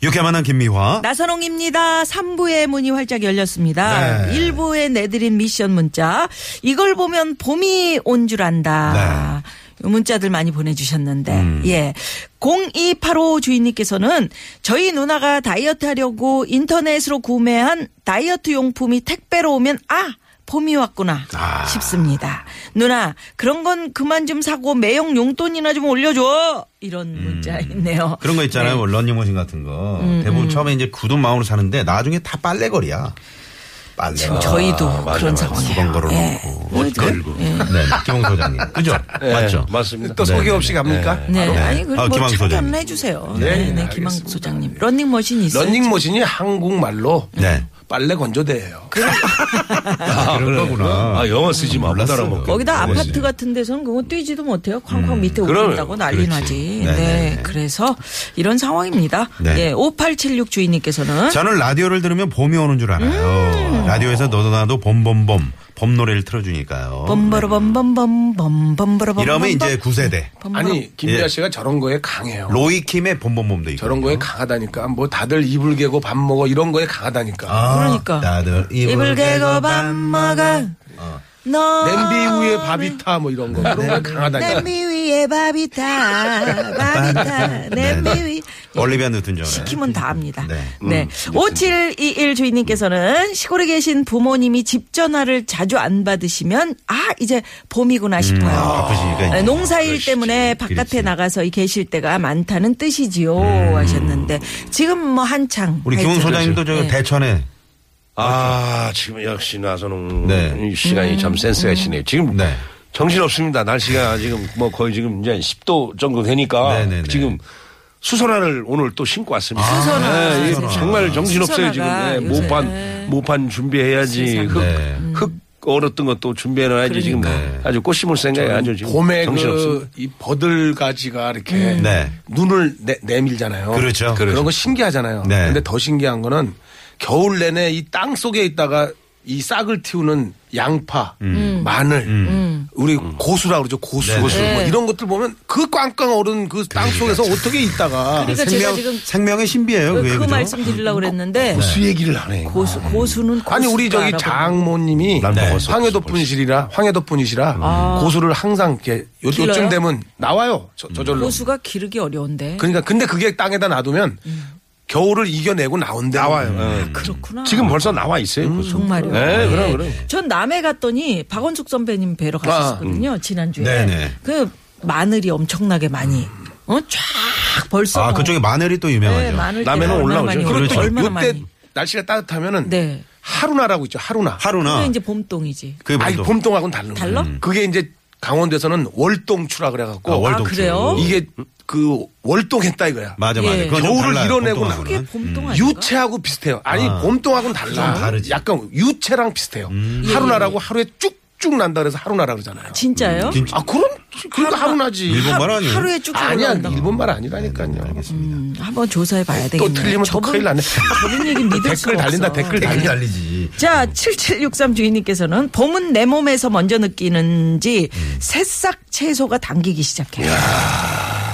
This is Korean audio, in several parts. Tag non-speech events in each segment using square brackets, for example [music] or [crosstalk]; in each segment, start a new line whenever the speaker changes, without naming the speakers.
유쾌한 만남 김미화.
나선홍입니다. 3부의 문이 활짝 열렸습니다.
네.
1부에 내드린 미션 문자. 이걸 보면 봄이 온 줄 안다.
네.
요 문자들 많이 보내주셨는데,
음.
예. 0285 주인님께서는 저희 누나가 다이어트 하려고 인터넷으로 구매한 다이어트 용품이 택배로 오면, 아! 봄이 왔구나
아.
싶습니다. 누나 그런 건 그만 좀 사고 매형 용돈이나 좀 올려줘 이런 문자 있네요.
음. 그런 거 있잖아요.
네.
뭐 런닝머신 같은 거. 대부분 처음에 이제 굳은 마음으로 사는데 나중에 다 빨래거리야. 빨래.
지금 저희도 그런 상황이에요. 예.
수건 걸어놓고 옷 걸고. 네, 김홍 소장님.
[laughs]
그죠? 맞죠?
네, 맞습니다.
또 소개 없이 갑니까?
네,
바로.
아니 그뭐
아, 김항
참견을
소장님.
해주세요.
네,
네, 네,
알겠습니다.
김항 소장님. 런닝머신 있어요?
런닝머신이 한국말로
네.
빨래 건조대예요.
아, 그런 거구나.
아, 영어 쓰지 마. 못
몰랐어요.
알아먹게.
거기다
런닝머신. 음.
아파트 같은 데서는 그거 뛰지도 못해요. 쾅쾅 밑에
그럼요.
오른다고 난리
그렇지.
나지.
네, 네,
네,
네.
그래서 이런 상황입니다.
네.
예, 5876 주인님께서는
저는 라디오를 들으면 봄이 오는 줄 알아요.
음.
라디오에서 너도 나도 봄봄봄 봄 노래를 틀어주니까요. 네.
범버러범범범 범범버러범
이러면 이제 구세대
아니, 김미아
예.
씨가 저런 거에 강해요.
음.
로이킴의 봄봄봄도 있고.
저런 거에 강하다니까. 뭐 다들 이불 개고 밥 먹어 이런 거에 강하다니까.
그러니까.
나들
입을 개고 밥 먹어. 너
냄비 위에 밥이 타 뭐 이런 거. 그런 거에 강하다니까.
냄비 위에 밥이
[laughs]
타 밥이
네,
타 냄비 위
올리비아 뉴튼 존.
시키면 다 합니다.
네.
네. 5721 주인님께서는 시골에 계신 부모님이 집 전화를 자주 안 받으시면 아 이제 봄이구나 싶어요.
아, 바쁘시니까 이제.
네, 농사일 때문에 바깥에
그렇지. 음.
나가서 이 계실 때가 많다는 뜻이지요 하셨는데 지금 뭐 한창 네.
우리
하여튼
김웅 소장님도 저 대천에
아, 지금 역시 나선홍
네.
시간이 참
음.
센스가 있으네요. 지금
네.
정신없습니다. 날씨가 지금 뭐 거의 지금 이제 10도 정도 되니까
네네네.
지금 수선화를 오늘 또 신고 왔습니다.
아, 수선화.
네, 이게
수선화.
정말 정신없어요
수선화가
지금. 네,
요새,
모판
네.
모판 준비해야지. 흙,
네.
흙 얼었던 것도 준비해놔야지 지금
그러니까.
네.
아주 꽃 심을 생각이 아주 지금
봄에
정신없습니다.
그 이 버들가지가 이렇게
네.
눈을 내, 내밀잖아요.
그렇죠.
그런
그렇죠.
거 신기하잖아요.
네.
근데 더 신기한 거는 겨울 내내 이 땅 속에 있다가 이 싹을 틔우는 양파,
음.
마늘, 우리 고수라 그러죠. 고수,
음. 네. 그러니까
고수. 뭐 이런 것들 보면 그 꽝꽝 얼은 그 땅 속에서 어떻게 있다가
그러니까 제가
생명
지금
생명의 신비예요.
그,
그게
그
그죠? 아, 어,
말씀드리려고 그랬는데
고수 얘기를 하네.
고수 고수는 고수
아니 우리 저기 장모님이
난
네.
먹었어,
황해도
벌써. 음.
분실이라 황해도 분실이라 고수를 항상 이렇게 요,
아. 길러요?
요쯤 되면 나와요 저, 저절로
고수가 기르기 어려운데
그러니까 근데 그게 땅에다 놔두면
음.
겨울을 이겨내고 나온대.
네.
나와요.
음.
그렇구나.
지금 벌써 나와 있어요. 벌써.
정말요.
네, 그럼 그럼.
전 남해 갔더니 박원숙 선배님 뵈러
아,
갔었거든요
음.
지난주에.
네네.
그 마늘이 엄청나게 많이 어? 쫙 벌써.
아
뭐.
그쪽에 마늘이 또
네,
유명하죠. 그렇죠.
마늘
남해는
때문에 얼마나
올라오죠.
많이
그리고
오고
또
얼마나
그렇죠. 요때
많이.
날씨가 따뜻하면은
네.
하루나라고 있죠. 하루나.
하루나.
그게 이제 봄동이지.
그게
아니
뭔도-
봄동하고는 다른 거.
달라?
그게 이제 강원도에서는 월동추라 그래갖고 어?
아, 월동주.
아, 그래요?
이게 그 월동했다 이거야.
맞아 맞아.
예.
그건 좀
겨울을
달라요,
이뤄내고
봄동하고는.
그게 봄동 아니야?
음. 유채하고 비슷해요. 아니
아.
봄동하고는 달라.
좀 다르지.
약간 유채랑 비슷해요. 예, 하루나라고 하루에 쭉쭉 난다 그래서 하루나라 그러잖아요.
진짜요?
진짜
아 그럼 그러니까 하루나지.
일본 말 아니에요?
하루에 쭉쭉
아니야
올라온다.
일본말 아니라니까요.
음, 한번 조사해 봐야 되겠네.
또 틀리면 또 큰일 나네.
저분 얘기 믿을 수가
댓글 달린다
없어.
댓글
댓글
달린다.
달리지.
자, 7763 주인님께서는 봄은 내 몸에서 먼저 느끼는지 새싹 채소가 당기기 시작해요.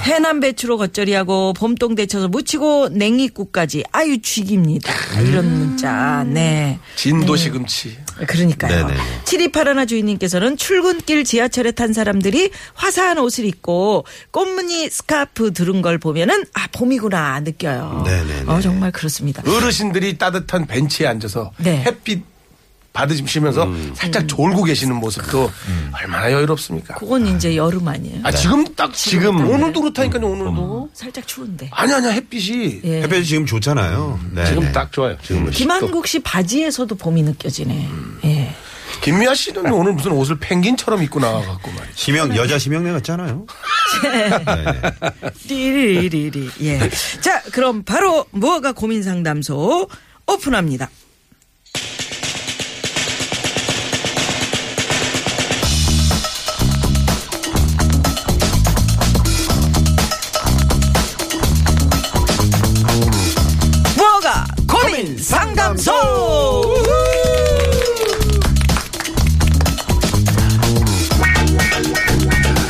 해남 배추로 겉절이하고 봄동 데쳐서 무치고 냉이국까지 아유 죽입니다. 이런
음.
문자. 네.
진도 시금치.
그러니까요.
네네.
7281 주인님께서는 출근길 지하철에 탄 사람들이 화사한 옷을 입고 꽃무늬 스카프 들은 걸 보면은 아 봄이구나 느껴요.
네네네.
어 정말 그렇습니다.
어르신들이 따뜻한 벤치에 앉아서
네.
햇빛 받으시면서 살짝 졸고 계시는 모습도 얼마나 여유롭습니까?
그건 이제 여름 아니에요.
아 지금 딱 지금 오늘도 그렇다니까요
음.
오늘도
살짝 추운데.
아니 아니야 햇빛이
예.
햇볕이 지금 좋잖아요. 네,
지금
네.
딱 좋아요. 지금
김한국 씨 바지에서도 봄이 느껴지네. 예.
김미아 씨는 오늘 무슨 옷을 펭귄처럼 입고 나와갖고 말이야.
심형 여자 심형래 같잖아요.
띠리리리. 예. 자, 그럼 바로 무허가 고민 상담소 오픈합니다. 무허가 고민 상담소!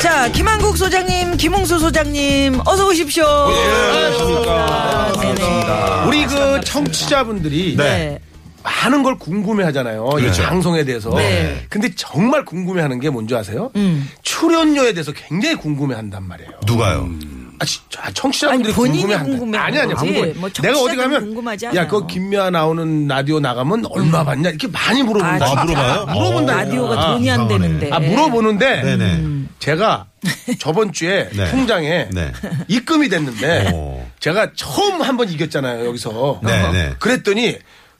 자, 김한국 소장님, 김홍수 소장님, 어서 오십시오. 네,
예.
안녕하십니까.
우리 그 청취자분들이
네.
많은 걸 궁금해 하잖아요. 이 방송에 대해서.
네.
근데 정말 궁금해 하는 게 뭔지 아세요?
음.
출연료에 대해서 굉장히 궁금해 한단 말이에요.
누가요?
음.
아, 진- 아, 청취자분들이
아니, 본인이
궁금해 한다.
궁금해하는
아니, 아니,
거지.
궁금해.
뭐
내가 어디
청취자들은
가면.
궁금하지
야,
않아요. 음.
그 김미아 나오는 라디오 나가면 얼마 받냐? 이렇게 많이 물어본다.
아,
아, 물어봐요?
물어본다.
어.
라디오가 돈이 안
이상하네.
되는데.
아, 물어보는데.
네네.
[laughs]
제가 저번 주에
네.
통장에
네.
입금이 됐는데
오.
제가 처음 한 번 이겼잖아요 여기서
네, 네.
그랬더니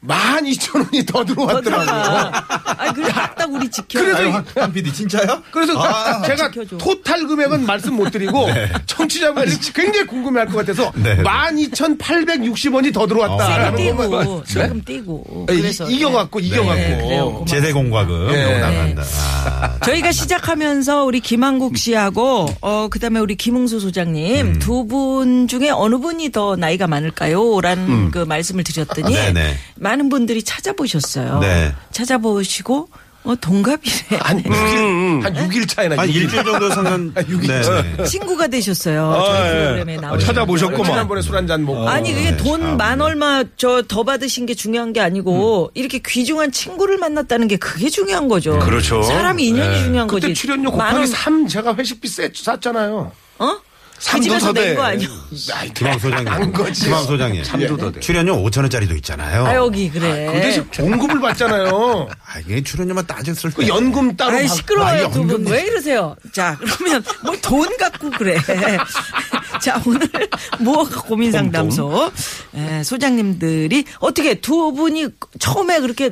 12,000원이 더 들어왔더라고요
아, 그래 딱 우리 지켜.
그래서
아유, 한- 한 PD 진짜요?
그래서 제가
지켜줘.
토탈 금액은 말씀 못 드리고 청취자분들이 굉장히 궁금해할 것 같아서
네, 네.
12,860원이 더
아, 세금
들어왔다라는 것만 네.
떼고, 세금 떼고.
뭐, 아, 이-
뭐 그래서.
이겨갖고
네, 그래요.
이겨갖고
고마워요.
제대 공과금
네.
이거 나간다. 아,
저희가 시작하면서 우리
음.
김한국 씨하고 어 그다음에 우리 김웅수 소장님 두 분 중에 어느 분이 더 나이가 많을까요라는
음.
그 말씀을 드렸더니
아, 네네.
많은 분들이 찾아보셨어요.
네.
찾아보시고 어 동갑이래.
한
음,
6일, 한 6일 차이나
한
음. 6일. 아,
일주일 정도 상관. 네, 네.
친구가 되셨어요.
예.
저희 프로그램에 나오는
어, 아, 지난번에 술 한 잔 먹고
아니 그게 돈
네.
만 얼마 저 더 받으신 게 중요한 게
음.
아니고 이렇게 귀중한 친구를 만났다는 게 그게 중요한 거죠.
그렇죠.
사람 인연이 중요한
네. 그때
거지.
출연료
만
곱하기
원-
3 제가 회식비 세, 샀잖아요
어? 그
삼도
집에서
더 돼.
낸거 아니야?
아이,
김황 소장님.
안 거지.
김황 소장님. 예.
참도 더 돼.
출연료 5천 원짜리도 있잖아요.
아 여기 그래.
어. 그 대신 공급을 받잖아요.
아, 이게 출연료만 따졌을 때.
그 연금 따로.
아이
받-
시끄러워요
아니,
두 분
연금
왜 이러세요? 자 그러면 뭘 돈 갖고 그래. [laughs] 자 오늘 무허가 고민 상담소 예, 소장님들이 어떻게 두 분이 처음에 그렇게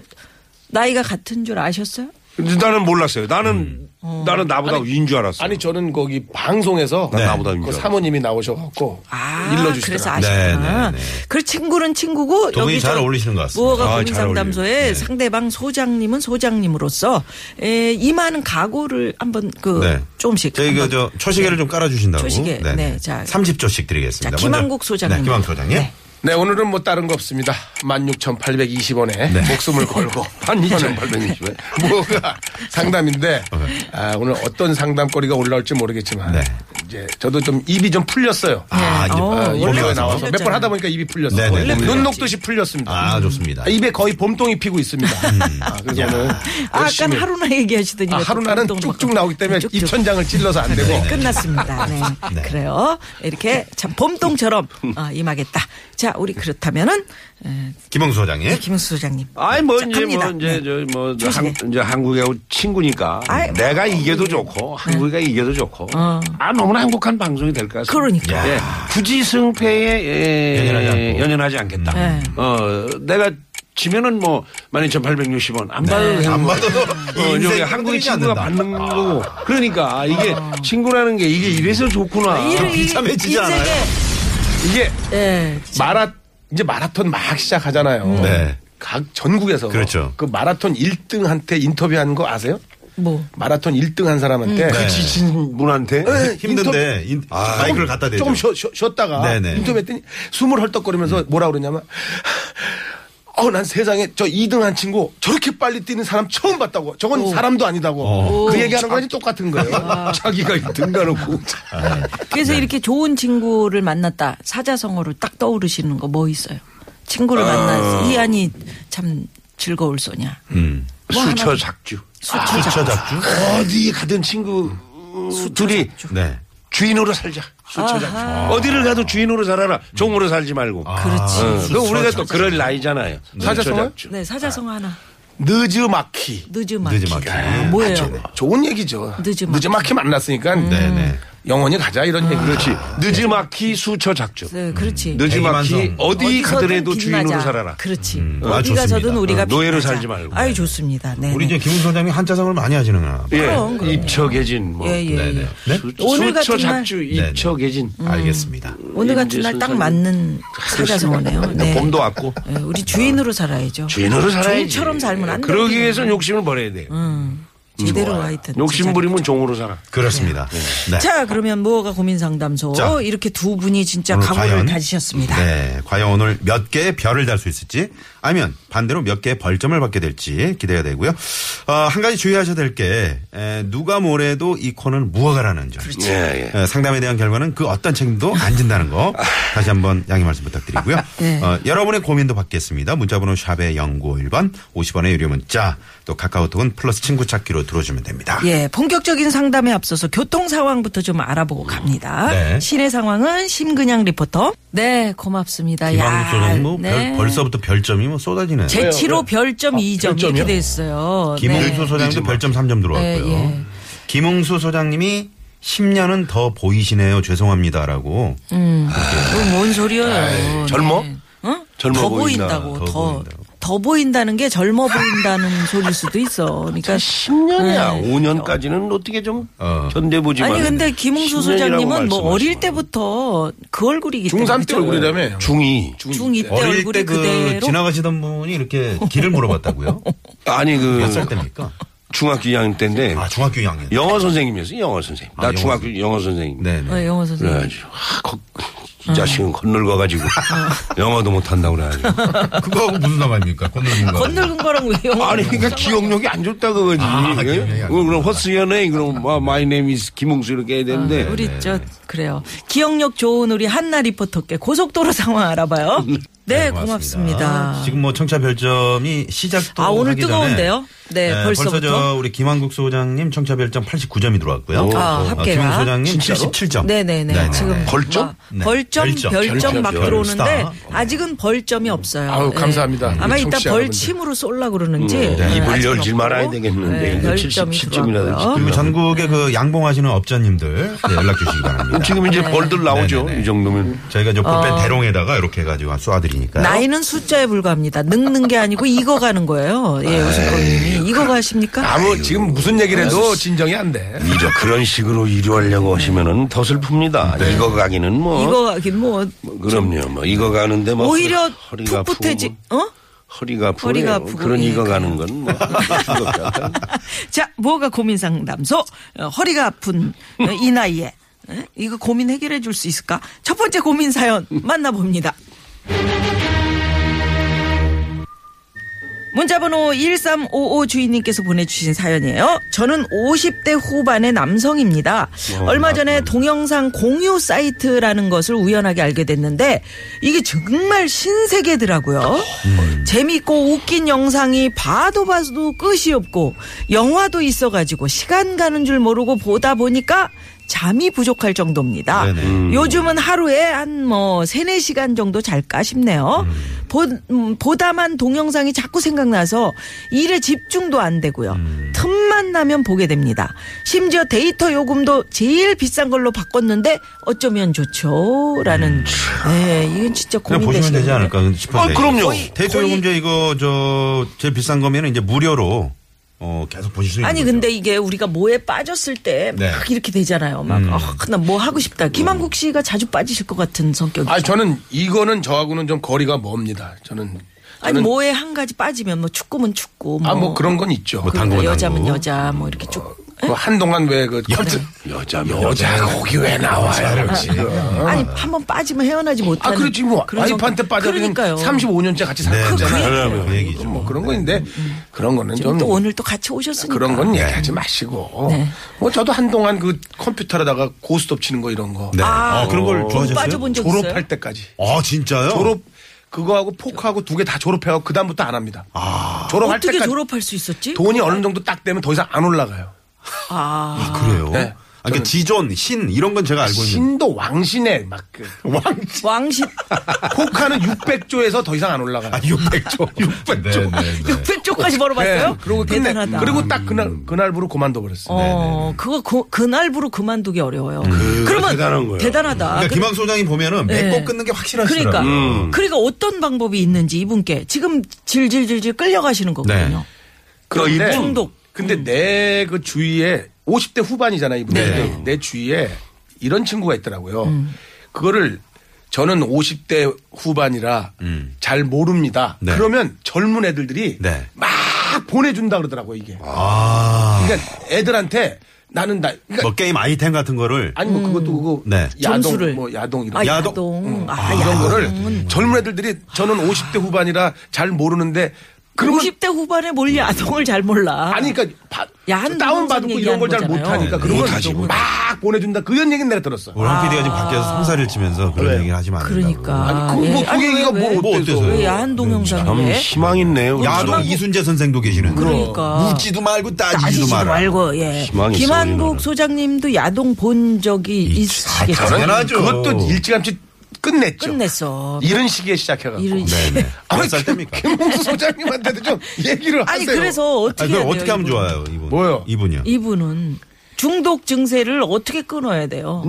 나이가 같은 줄 아셨어요?
나는 몰랐어요. 나는 나는 나보다 위인 줄 알았어.
그렇죠. 아니 저는 거기 방송에서
난 나보다
그
위인 줄
사모님이 나오셔갖고
아, 그래서
일러주시더라고요.
아시구나.
네, 네, 네.
그 친구는 친구고
동이
여기
잘
저
어울리시는 것 같습니다.
아,
무허가
잘
고민상담소에
어울려요. 네.
상대방 소장님은 소장님으로서 에, 임하는 각오를 한번 그
네.
조금씩
저희
한번
그저
예.
초시계를 좀 깔아주신다고.
초시계. 네, 자.
30조씩
자,
드리겠습니다.
김한국
먼저-
소장님.
네, 김한국 소장님.
네.
네 오늘은 뭐 다른 거 없습니다. 16,820원에
네. [laughs]
목숨을 걸고 네.
12,820원.
뭐가 상담인데 아, 오늘 어떤 상담거리가 올라올지 모르겠지만
네.
이제 저도 좀 입이 좀 풀렸어요.
아, 이제
어,
아,
원래
원래
풀렸잖아요.
나와서 몇 번 하다 보니까 입이 풀렸어요.
네네. 원래
눈 녹듯이 풀렸습니다.
아, 좋습니다. 음.
아, 입에 거의 봄동이 피고 있습니다. 아, 그래서 오늘
아, 아까
열심히.
하루나 얘기하시더니
아,
왜 또
하루나는
운동
쭉쭉
먹고.
나오기 때문에
쭉쭉. 네,
입천장을 찔러서 안 되고
끝났습니다. 네.
[laughs] 네.
그래요. 이렇게 참 봄동처럼 어, 임하겠다. 자, 우리 그렇다면은 에,
김홍수 소장님.
네, 김수 소장님.
아이 뭐
자,
이제
갑니다. 네.
뭐 이제 저뭐
조심해.
이제 한국하고 친구니까
아이, 뭐, 네.
내가 이겨도 좋고 한국이가 이겨도 좋고 아 너무나 행복한 방송이 될 것 같습니다.
어. 그러니까.
예, 굳이 승패에 예,
연연하지 않고.
연연하지 않겠다.
네.
어 내가 지면은 뭐 12,860원 안 받아도 되는
네. 안
거예요.
받아도
어,
인생이
여기 한국의
흔들리지 않는다.
친구가
아.
받는 거고
아,
그러니까 이게 친구라는 게 이게 이래서 좋구나.
일을 아, 이-
비참해지지
인생에-
않아요?
이게
예.
마라 이제 마라톤 막 시작하잖아요.
네.
각 전국에서
그렇죠.
그 마라톤 1등한테 인터뷰한 거 아세요?
뭐.
마라톤 1등한 사람한테
네. 아,
지친 분한테
네,
힘든데
인터뷰-
인- 아, 마이크를 갖다 대죠.
조금 쉬, 쉬, 다가
네네. 음.
인터뷰했더니 숨을 헐떡거리면서 뭐라 그러냐면 어 난 세상에 저 2등한 친구 저렇게 빨리 뛰는 사람 처음 봤다고 저건 사람도 아니다고
어. 오. 아.
그 얘기하는 거랑 똑같은 거예요. 자기가 등가놓고
그래서
네.
이렇게 좋은 친구를 만났다. 사자성어로 딱 떠오르시는 거 뭐 있어요? 친구를
아.
만나서 이 안이 참 즐거울 소냐.
음.
뭐 하나-
수처 작주. 아.
수처
저
작주.
잡주.
어디 가든 친구 둘이
네.
주인으로 살자. 수처 작주.
아하. 아.
어디를 가도 주인으로 살아라. 종으로 살지 말고.
그렇지.
어,
수처
그 우리가 또
작주.
그럴 나이잖아요.
사자성어?
수처 작주.
네, 사자성어 하나.
느즈마키
늦은 마.
늦은 마키.
아, 뭐예요?
좋은 얘기죠.
느즈마키.
느즈마키 만났으니까
네,
음.
네네.
영원히 가자 이런 얘기.
그렇지. 느지막히 수처 작죠.
네, 그렇지.
느지막히
대기만성.
음. 어디
어디서든
가더라도
빛나자.
주인으로 살아라.
그렇지.
아,
어디
좋습니다.
가서든 우리가
어, 노예로
빛나자.
살지 말고. 음.
아유 좋습니다. 네.
우리 이제 김훈 소장이 한자성을 많이 하시는구나.
예,
그럼, 그럼.
입척해진 뭐
예, 예, 예.
네?
수,
오늘
수처
같은 날-
작주
네, 네.
입척해진. 아,
알겠습니다.
오늘 같은
이제
날 딱
순서는-
맞는 사자성어네요. 네.
봄도 왔고
네, 우리 주인으로 살아야죠.
주인으로 살아야지.
종처럼 살면 안 돼.
그러기 위해서는 욕심을 버려야 돼. 요
제대로 하여튼.
욕심
진짜. 그렇죠.
부리면 종으로 살아.
그렇습니다. 네.
자, 그러면 무허가 고민 상담소
자.
이렇게 두 분이 진짜
오늘
각오를
과연-
다지셨습니다.
네, 과연 오늘 몇 개의 별을 달 수 있을지 아니면 반대로 몇 개의 벌점을 받게 될지 기대가 되고요. 어, 한 가지 주의하셔야 될 게 누가 뭐래도 이 코는 무허가라는 점.
그렇죠. 네.
예, 예.
에, 상담에 대한 결과는 그 어떤 책임도 안 진다는 거 다시 한번 양해 말씀 부탁드리고요.
아. 네.
어, 여러분의 고민도 받겠습니다. 문자번호 샵의 0951번 50원의 유료 문자 또 카카오톡은 플러스 친구 찾기로 들어주면 됩니다.
예, 본격적인 상담에 앞서서 교통 상황부터 좀 알아보고 갑니다.
네.
시내 상황은 심근양 리포터. 네, 고맙습니다.
김학국 소장님 뭐
네.
별- 벌써도 별점이 뭐 쏟아지네요.
제치로 별점 2점
별점이요?
이렇게 됐어요.
네. 김웅수 소장님도 별점 3점 들어왔고요.
네, 예.
김웅수 소장님이 10년은 더 보이시네요. 죄송합니다라고.
그건 뭔 소리예요? 네.
젊어?
응?
젊어
더
보인다.
보인다고
더
더 더
보인다고.
보인다는 게 젊어 보인다는 소리일 수도 있어. 그러니까
10년이야. 5년까지는 어떻게 좀
네. 어.
견뎌보지만.
아니 근데 김웅수
10년이라고
소장님은 뭐 어릴
말씀하시면.
때부터 그 얼굴이기 때문에
중3 때
그죠?
얼굴이라며.
중이.
중2 때
어릴
얼굴이
때 그
그대로
지나가시던 분이 이렇게 길을
[laughs]
물어봤다고요?
아니 그
몇 살 때입니까?
중학교 2학년 때인데
아 중학교 2학년.
영어 선생님이었어요. 영어 선생님. 나
아, 영어
중학교 영어 선생님.
네네.
어, 영어 선생님.
그래가지고 아, 거-
음.
이
[laughs]
자식은 건널거가지고 영어도 못한다고 그래가지고.
아, 그거하고 무슨 상관입니까? 건너는 거.
건늙은 거랑 왜 영어?
아니 그러니까 기억력이 안 좋다 그거지.
아,
예?
기억력이 안
그럼 허스연에 그럼 뭐, 마이 네임 이즈 김웅수 이렇게 해야 되는데
아, 우리 저 그래요. 기억력 좋은 우리 한나 리포터께 고속도로 상황 알아봐요. 네, 고맙습니다.
지금 뭐 청차 별점이 시작도
아, 오늘
하기
뜨거운데요?
전에
네, 벌써부터?
저 우리 김한국 소장님 청차 별점 89점이 들어왔고요.
아, 합계가?
김한국 소장님
진짜로?
77점.
네네네. 지금
벌점?
막
네.
벌점,
별점.
별점, 막
별점.
들어오는데
스타.
아직은 벌점이 없어요.
아유,
예.
감사합니다.
아마
우리
이따
청취자
벌침으로 쏠라 그러는지 예,
입을
아직은
열지
없고.
말아야 되겠는데
예,
이거 70, 70 이나
들어왔고요.
되지.
그리고 전국의 그 양봉하시는 업자님들 네, 연락 주시기 바랍니다.
지금
네.
이제 벌들 나오죠.
네네네.
이 정도면.
저희가 이제 꽃배 대롱에다가 이렇게 해가지고 쏴드리니까.
나이는 숫자에 불과합니다. 늙는 게 아니고 익어가는 거예요. 예, 우승권님이 익어가십니까?
아무 뭐 지금 무슨 얘기를 해도 진정이 안 돼.
이제 그런 식으로 이류하려고 하시면은 더 슬픕니다. 이거 가기는 뭐.
익어가긴 뭐
뭐 그럼요. 뭐 이거 가는데 뭐
오히려
허리- 허리가
풋풋해지.
아프고
어? [laughs]
뭐 허리가 아프고
허리가
허리가
아프고,
그런
예,
이거
그래요.
가는 건뭐
[laughs] 자, 뭐가 고민 상담소? 어, 허리가 아픈 어, 이 나이에 에? 이거 고민 해결해 줄 수 있을까? 첫 번째 고민 사연 만나봅니다. 문자번호 1355 주인님께서 보내주신 사연이에요. 저는 50대 후반의 남성입니다.
어,
얼마 전에 동영상 공유 사이트라는 것을 우연하게 알게 됐는데 이게 정말 신세계더라고요.
음.
재밌고 웃긴 영상이 봐도 봐도 끝이 없고 영화도 있어가지고 시간 가는 줄 모르고 보다 보니까 잠이 부족할 정도입니다.
네네.
요즘은 하루에 한 뭐 세네 시간 정도 잘까 싶네요. 보, 음, 보다만 동영상이 자꾸 생각나서 일에 집중도 안 되고요.
음.
틈만 나면 보게 됩니다. 심지어 데이터 요금도 제일 비싼 걸로 바꿨는데 어쩌면 좋죠. 라는. 네, 이건 진짜
음. 그냥 보시면
고민되시는
되지 않을까 싶은데.
아, 그럼요.
데이터 요금제 이거 저 제일 비싼 거면 이제 무료로 어 계속 보실 수 있는
아니
거죠.
근데 이게 우리가 뭐에 빠졌을 때 막
네. 음.
이렇게 되잖아요. 막 나 뭐 하고 싶다. 김한국 씨가 자주 빠지실 것 같은 성격이.
아 저는 이거는 저하고는 좀 거리가 멉니다. 저는
아니 뭐에 한 가지 빠지면 뭐 축구면 축구.
아 뭐 그런 건 있죠.
뭐
그
당구, 당구.
그러니까 여자면 여자 뭐 이렇게 쭉.
그 한동안 왜그
여자
여자 거기 왜 나와요? 어?
아니 한 번 빠지면 헤어나지
아
못하는.
그렇지 뭐
그런
아이한테
성-
빠져는
그러니까요.
35년째 같이
네, 네.
살았잖아요.
그러면 그 얘기죠.
뭐 그런 건데 그런 거는
지금
좀
또 오늘 또 같이 오셨으니까.
뭐.
네.
그런 건 얘기하지 마시고 뭐 저도 한동안 그 컴퓨터로다가 고스톱 치는 거 이런 거
네. 아,
아,
그런 걸 좋아하셨어요?
빠져본 적 있어요?
졸업할 때까지
아 진짜요?
졸업 그거하고 포크하고 두 개 다 졸업해고 그 다음부터 안 합니다.
아.
뭐 졸업할
어떻게
때까지
졸업할 수 있었지?
돈이 어느 정도 딱 되면 더 이상 안 올라가요.
아.
그래요.
네.
그러니까 지존, 신 이런 건 제가 알고 있는.
신도 왕신에 막
[laughs]
그.
왕지.
[laughs]
왕신
코카는 600조에서 더 이상 안 올라가요.
아, [laughs] 600조. 600조. 네,
600조까지 벌어봤어요?
네, 그리고 끝내.
대단하다.
그리고 네, 딱
음.
그날 그날부로 그만둬버렸어요.
어, 그거 그, 그날부로 그만두기 어려워요.
음.
그러면
대단한 거예요.
대단하다.
그러니까
그-
김항수 소장이 보면은 맺고
네.
끊는 게 확실하시더라고요.
그러니까
음.
그러니까 어떤 방법이 있는지 이분께 지금 질질질질 끌려가시는 거거든요.
그런데
중독.
근데
음.
내 그 주위에 50대 후반이잖아 이분들.
네.
내 주위에 이런 친구가 있더라고요.
음.
그거를 저는 50대 후반이라 잘 모릅니다.
음. 네.
그러면 젊은 애들들이
네.
막 보내준다 그러더라고요 이게.
아.
그러니까 애들한테 나는 나 그러니까
뭐 게임 아이템 같은 거를
아니 뭐 그것도 그거
네.
야동
음. 점수를.
뭐 야동 이런
아,
거.
야동.
야동. 아,
이런
야동.
거를 젊은 애들들이 저는 50대 후반이라 잘 모르는데 그러면
50대 후반에 뭘 야동을 잘 몰라.
아니 그러니까 바-
야한
다운받고
동생
이런 걸 잘
얘기하는
못하니까
거잖아요.
그런
네,
못하지,
걸막 보내준다 그런 얘기는 내가 들었어.
오랑 PD가 지금 밖에서 송사를 치면서 그런 얘기를 하지 말라고.
아. 그러니까.
아니, 그, 뭐,
예.
그
아니,
얘기가
왜,
뭘
왜?
뭐
어때서.
어때서.
왜 야한
음,
동영상인데?
예. 뭐 희망 있네요.
야동 이순재 선생도 계시는.
그러니까.
묻지도 말고 따지지도
따지지도
말아.
말고 예.
희망이 있어,
김한국
우리나라는.
소장님도 야동 본 적이
이- 아,
있으시겠죠.
저는- 당연하죠.
그것도 일찌감치 끝냈죠.
끝냈어.
이런 시기에 시작해가지고.
이런 시-
네네.
아니,
그
그,
몇살 때입니까?
김홍수
[laughs]
소장님한테도 좀 얘기를 하세요.
아니 그래서 어떻게
아니, 그럼
해야 돼요,
어떻게 하면
이분은?
좋아요, 이분?
뭐요?
이분이요.
이분은 중독 증세를 어떻게 끊어야 돼요?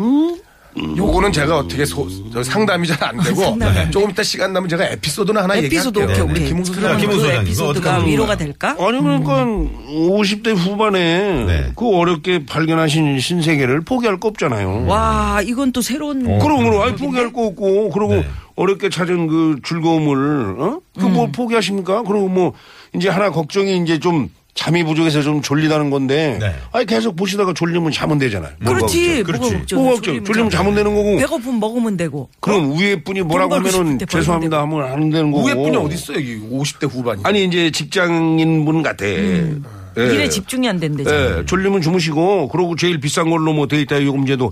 요거는 제가 어떻게 소- 저 상담이 잘 안 되고
상담이
조금 이따 시간 나면 제가 에피소드나 하나
에피소드 오케이
얘기할게요. 네,
오케이.
김홍수
그러면
소장님.
김홍수
그
소장님, 그거 어떻게
에피소드가
하는
위로가 될까?
아니 그러니까
음.
50대 후반에
네.
그 어렵게 발견하신 신세계를 포기할 거 없잖아요.
와 이건 또 새로운
어.
그러므로 아예 포기할 거 없고 그러고
네.
어렵게 찾은 그 즐거움을 어? 그뭐 포기하십니까? 그리고 뭐 이제 하나 걱정이 이제 좀 잠이 부족해서 좀 졸리다는 건데
네.
아니 계속 보시다가 졸리면 자면 되잖아요. 뭐가
그렇지
그렇죠.
뭐가
그렇지.
걱정?
뭐가 걱정? 네. 졸리면 어? 자면 되는 거고.
배고픔 먹으면 되고.
그럼 위에 분이 뭐라고
돈 벌고
하면은
싶을 때
죄송합니다 하면 안 되는 거고.
우에 그 분이 어딨어요, 여기 50대 후반이.
아니 이제 직장인 분 같아. 예.
일에 집중이 안 된대. 지금.
예, 졸리면 주무시고 그러고 제일 비싼 걸로 뭐 데이터 요금제도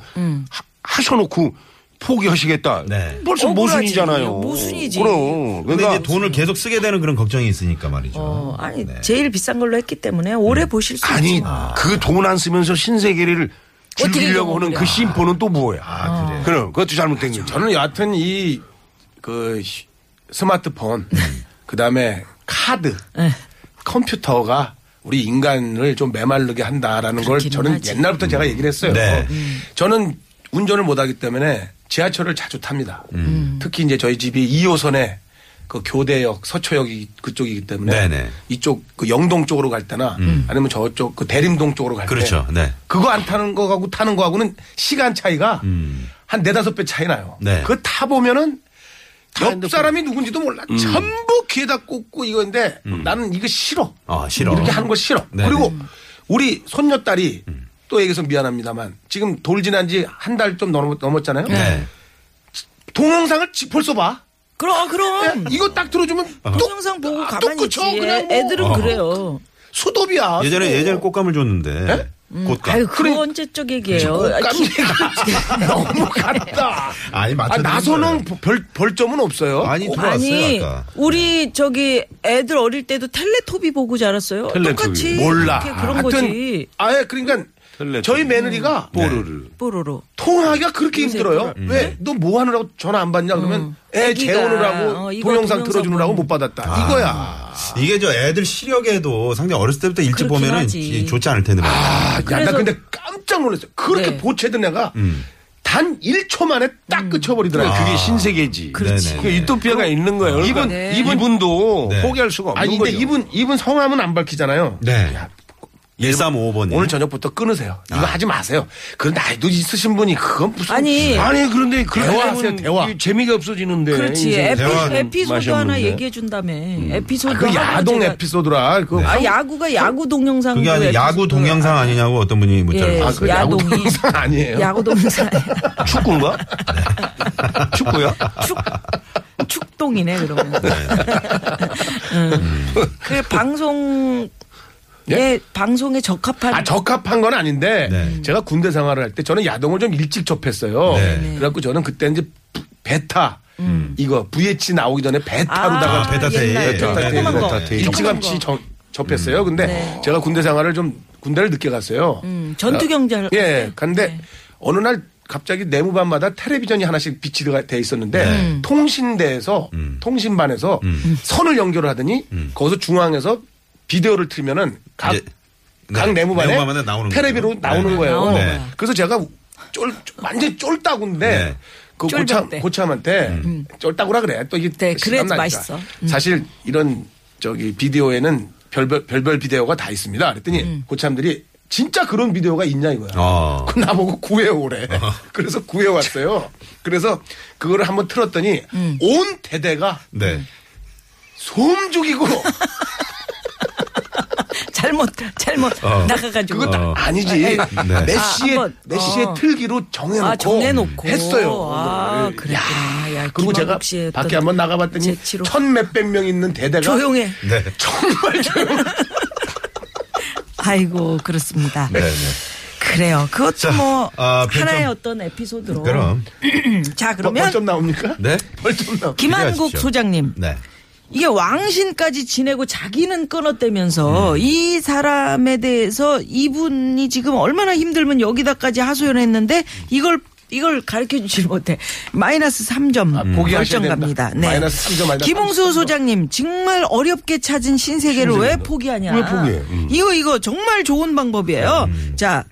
하- 하셔놓고 포기하시겠다.
네.
벌써
억울하지.
모순이잖아요.
모순이지.
그럼
근데
그러니까
이제 돈을 계속 쓰게 되는 그런 걱정이 있으니까 말이죠.
음. 어, 아니 제일 비싼 걸로 했기 때문에 오래 보실 수
아니
있지.
그 돈 안 쓰면서 신세계를
어떻게
즐기려고 하는
경험을
그
해요?
심포는 또 뭐야? 그럼 그것도 잘못된 거죠.
예, 저는 여하튼 이 그 스마트폰
음.
그다음에 카드
예.
컴퓨터가 우리 인간을 좀 메마르게 한다라는 걸
그렇긴
저는
하지.
옛날부터 제가 얘기를 했어요.
네.
저는 운전을 못하기 때문에 지하철을 자주 탑니다.
음.
특히 이제 저희 집이 2호선에 그 교대역 서초역이 그쪽이기 때문에
네네. 음.
이쪽 그 영동 쪽으로 갈 때나 아니면 저쪽 그 대림동 쪽으로 갈 때
그렇죠. 네.
그거 안 타는 거하고 타는 거하고는 시간 차이가 한 네다섯 배 차이 나요.
음. 네.
그거 타보면은 옆 사람이 누군지도 몰라.
음.
전부 귀에다 꽂고 이건데 나는 이거 싫어.
아, 싫어.
이렇게 하는 거 싫어.
네네. 음.
그리고 우리 손녀딸이 또 얘기해서 미안합니다만 지금 돌 지난 지 한 달 좀 넘었잖아요.
네.
동영상을 지- 벌써 봐. 네,
그럼 그럼
음, 이거 딱 들어주면
음. 동영상 보고
아,
가만히
또
있지.
그쳐. 그냥 뭐
애들은
어.
그래요.
수도비야.
아,
뭐.
예전에
수도.
예전에 꽃감을 줬는데 꽃감.
아유 그
그래.
언제적 얘기예요. 아, 기-
깜짝이야.
[laughs]
[laughs] 너무 갔다.
그
아니, 맞춰드린
나선홍 벌, 벌점은 없어요.
아니 들어왔어요
아니
아까.
우리 저기 애들 어릴 때도 텔레토비 보고 자랐어요.
텔레토비.
똑같이
몰라.
이렇게 그런
아, 하여튼
거지.
아예 그러니까
텔레토비.
저희
음.
며느리가
네.
뽀르르.
뽀로로.
통화하기가 그렇게 힘들어요. 왜? 너 뭐 하느라고 전화 안 받냐? 그러면 애
애기가,
재우느라고
네. 음. 어, 이거
동영상
동영상 보는
틀어주느라고 못 받았다.
아.
이거야. 아,
이게 저 애들 시력에도 상당히 어렸을 때부터 일찍
그렇긴
보면은
하지.
이- 좋지 않을 텐데 말이죠.
아, 야, 나
그래서-
근데 깜짝 놀랐어요. 그렇게
네. 음.
보채던 애가
음.
단 1초 만에 딱 그쳐버리더라고요.
아,
그게 신세계지.
그렇지.
그 유토피아가 있는 거예요. 이분
네.
이분도
네.
포기할 수가 없는
아니, 근데
거죠.
이분, 이분 성함은 안 밝히잖아요.
네.
야,
1355번이.
오늘 저녁부터 끊으세요.
아.
이거 하지 마세요. 그 나이도 있으신 분이 그건 무슨
아니
아니 네. 그런데 그렇게
대화하세요,
되면
대화.
이 재미가 없어지는데.
그렇지
인생.
에피,
대화 좀
에피소드
맛이
하나
없는데.
얘기해 준다며. 에피소드
그
하나
야동
제가-
에피소드라
네.
그
아 야구가 야구 동영상
그게 아니 야구 동영상 아니냐고 어떤 분이 문자를
예.
예.
아, 그 야구
야동이.
[laughs] 동영상 아니에요.
야구 동영상 아니야.
축구인가? 축구야?
축 축동이네 그러면. 음. 그 방송 예 방송에 적합한
아 적합한 건 아닌데
네.
제가 군대 생활을 할 때 저는 야동을 좀 일찍 접했어요.
네.
그래갖고 저는 그때 이제 베타
음.
이거 VH 나오기 전에 베타로다가
아, 베타 테이프.
옛날
베타 네.
거.
테이프,
조그만
베타 음.
거.
테이프.
조그만
일찌감치
거. 네.
저- 접했어요. 근데 제가 군대 생활을 좀 군대를 늦게 갔어요.
음, 전투 경제를
예,
갔어요?
근데
네.
어느 날 갑자기 내무반마다 텔레비전이 하나씩 비치 돼 있었는데
네.
음.
통신대에서
음.
통신반에서 선을 연결을 하더니 거기서 중앙에서 비디오를 틀면은 각
이제
각
네,
내무반에
내무반에 나오는
테레비로
거예요.
나오는
네.
거예요.
나오는 거예요.
그래서 제가 쫄, 쫄- 완전 쫄따구인데
네. 음.
그 고참
쫄병대. 음.
고참한테 쫄따구라 그래. 또 이게
네, 그래도
신나니까.
맛있어.
사실 이런 저기 비디오에는 별별 별별 비디오가 다 있습니다. 그랬더니
음.
고참들이 진짜 그런 비디오가 있냐 이거야.
아,
어.
그 나보고 구해오래.
아.
[laughs] 그래서 구해왔어요. 그래서 그거를 한번 틀었더니
음.
온 대대가
네.
소음
[laughs]
죽이고
잘못 잘못 나가가지고
어. 그거
어.
다 아니지.
네.
몇 시에
아, 한번.
몇 시에
어.
틀기로 정해놓고,
아, 정해놓고.
했어요.
아,
그거를.
그랬구나. 야,
그리고 제가
김한국 씨의 어떤
밖에 한번 나가봤더니
재치로.
천 몇백 명 있는 대대가
조용해.
네.
정말 조용.
아이고 그렇습니다.
네. 네.
그래요. 그것도
자,
뭐
아,
하나의
편점.
어떤 에피소드로. 음,
그럼. 어,
자 그러면
[laughs] 벌점 나옵니까?
네.
벌점 나.
김한국
기대하십시오.
소장님
네.
이게 왕신까지 지내고 자기는
음.
끊어대면서 이 사람에 대해서 이분이 지금 얼마나 힘들면 여기다까지 하소연했는데 이걸 이걸 가르쳐 주질 못해 마이너스 3점
아, 포기하셔야
결정
된다.
갑니다. 네.
마이너스 3점, 마이너스
김홍수
30점.
소장님 정말 어렵게 찾은 신세계를 왜 포기하냐?
왜 포기해? 음.
이거 이거 정말 좋은 방법이에요. 자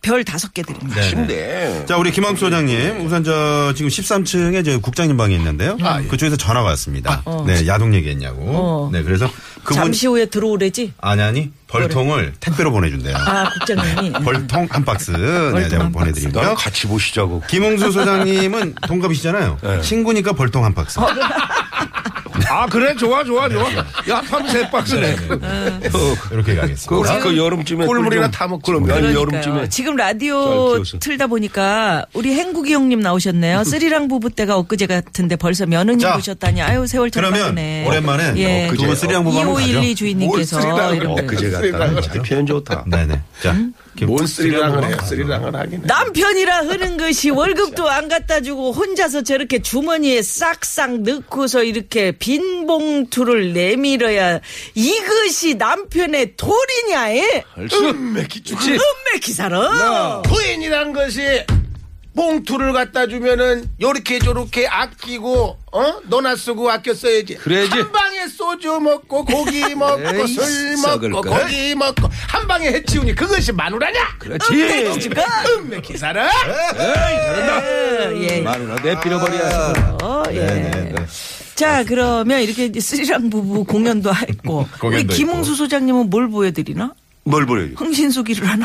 별 다섯 개 드립니다.
네. 네.
근데
자, 우리 김학수 소장님, 우선 저 지금 13층에 저 국장님 방이 있는데요. 그쪽에서 전화가 왔습니다. 네, 야동 얘기했냐고.
아, 어.
네, 그래서 그분
잠시 후에 들어오래지.
아니 아니 벌통을 택배로 보내준대요.
아
[laughs]
국장님이
벌통 한 박스 네, 제가
한 박스.
보내드리고요.
같이 보시자고.
김홍수 소장님은 동갑이시잖아요. 친구니까 벌통 한
어,
박스.
아 그래 좋아 좋아 좋아. 야 밤새 네. 박스네.
이렇게 가겠습니다.
그, 그 여름쯤에
꿀물이나
꿀좀-
타 먹고
그럼 여-
그러니까요.
여름쯤에
지금
잘
라디오
키워서.
틀다 보니까 우리 행국이 형님 나오셨네요. 쓰리랑 부부 때가 엊그제 같은데 벌써 며느님
자,
보셨다니. 아유 세월 참
그러면
빠르네.
오랜만에
예.
두분 쓰리랑 부부 한번 가죠.
2512 주인님께서
쓰리랑을
이런
먹고
표현.
네,
엊그제 같다.
표현 좋다.
네네. 자, 김- 어?
뭔그 쓰리랑을 해? 쓰리랑을 하긴 해.
남편이라 흐는 것이 월급도 안 갖다 주고 혼자서 저렇게 주머니에 싹싹 넣고서 이렇게 빈 봉투를 내밀어야 이것이 남편의 돌이냐에
음메 기죽지. 네.
음메 기사로
부인이란 것이 봉투를 갖다 주면은 요렇게 저렇게 아끼고 어 너나 쓰고 아껴 써야지.
그래야지.
한 방에 소주 먹고 고기 먹고
에이,
술
썩을
먹고
걸.
고기 먹고 한 방에 해치우니 그것이 마누라냐?
그렇지.
음메 기사라.
예.
마누라 아, 내밀어버려.
어, 예. 자, 그러면 이렇게 스리랑 부부 공연도 했고. 우리
공연도
김홍수 소장님은 뭘 보여드리나?
뭘 보내요?
흥신수기를 하나?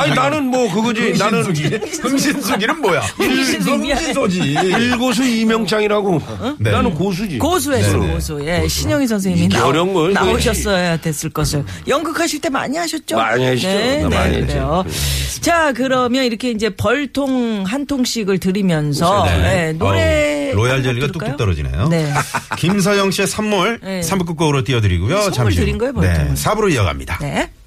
아니 나는 뭐 그거지. 나는
[laughs]
흥신수기는 뭐야?
흥신수기야.
일고수 이명창이라고.
네.
나는 고수지.
고수예요, 고수. 예, 신영희 선생님이
이게
나오-
어려운 거예요, 이거.
나오셨어야 됐을 것을. 연극하실 때 많이 하셨죠?
많이 하시죠.
네,
나
네,
많이
그래요. 자, 그러면 이렇게 이제 벌통 한 통씩을 드리면서 예, 노래
네. 어우, 로얄
한곡
젤리가
들을까요?
뚝뚝 떨어지네요.
네.
[laughs] 김서영 씨의 선물
네.
3부 끝곡으로 띄워드리고요.
선물
잠시 후.
드린 거예요,
네.
벌통을.
4부로 이어갑니다.
네.
그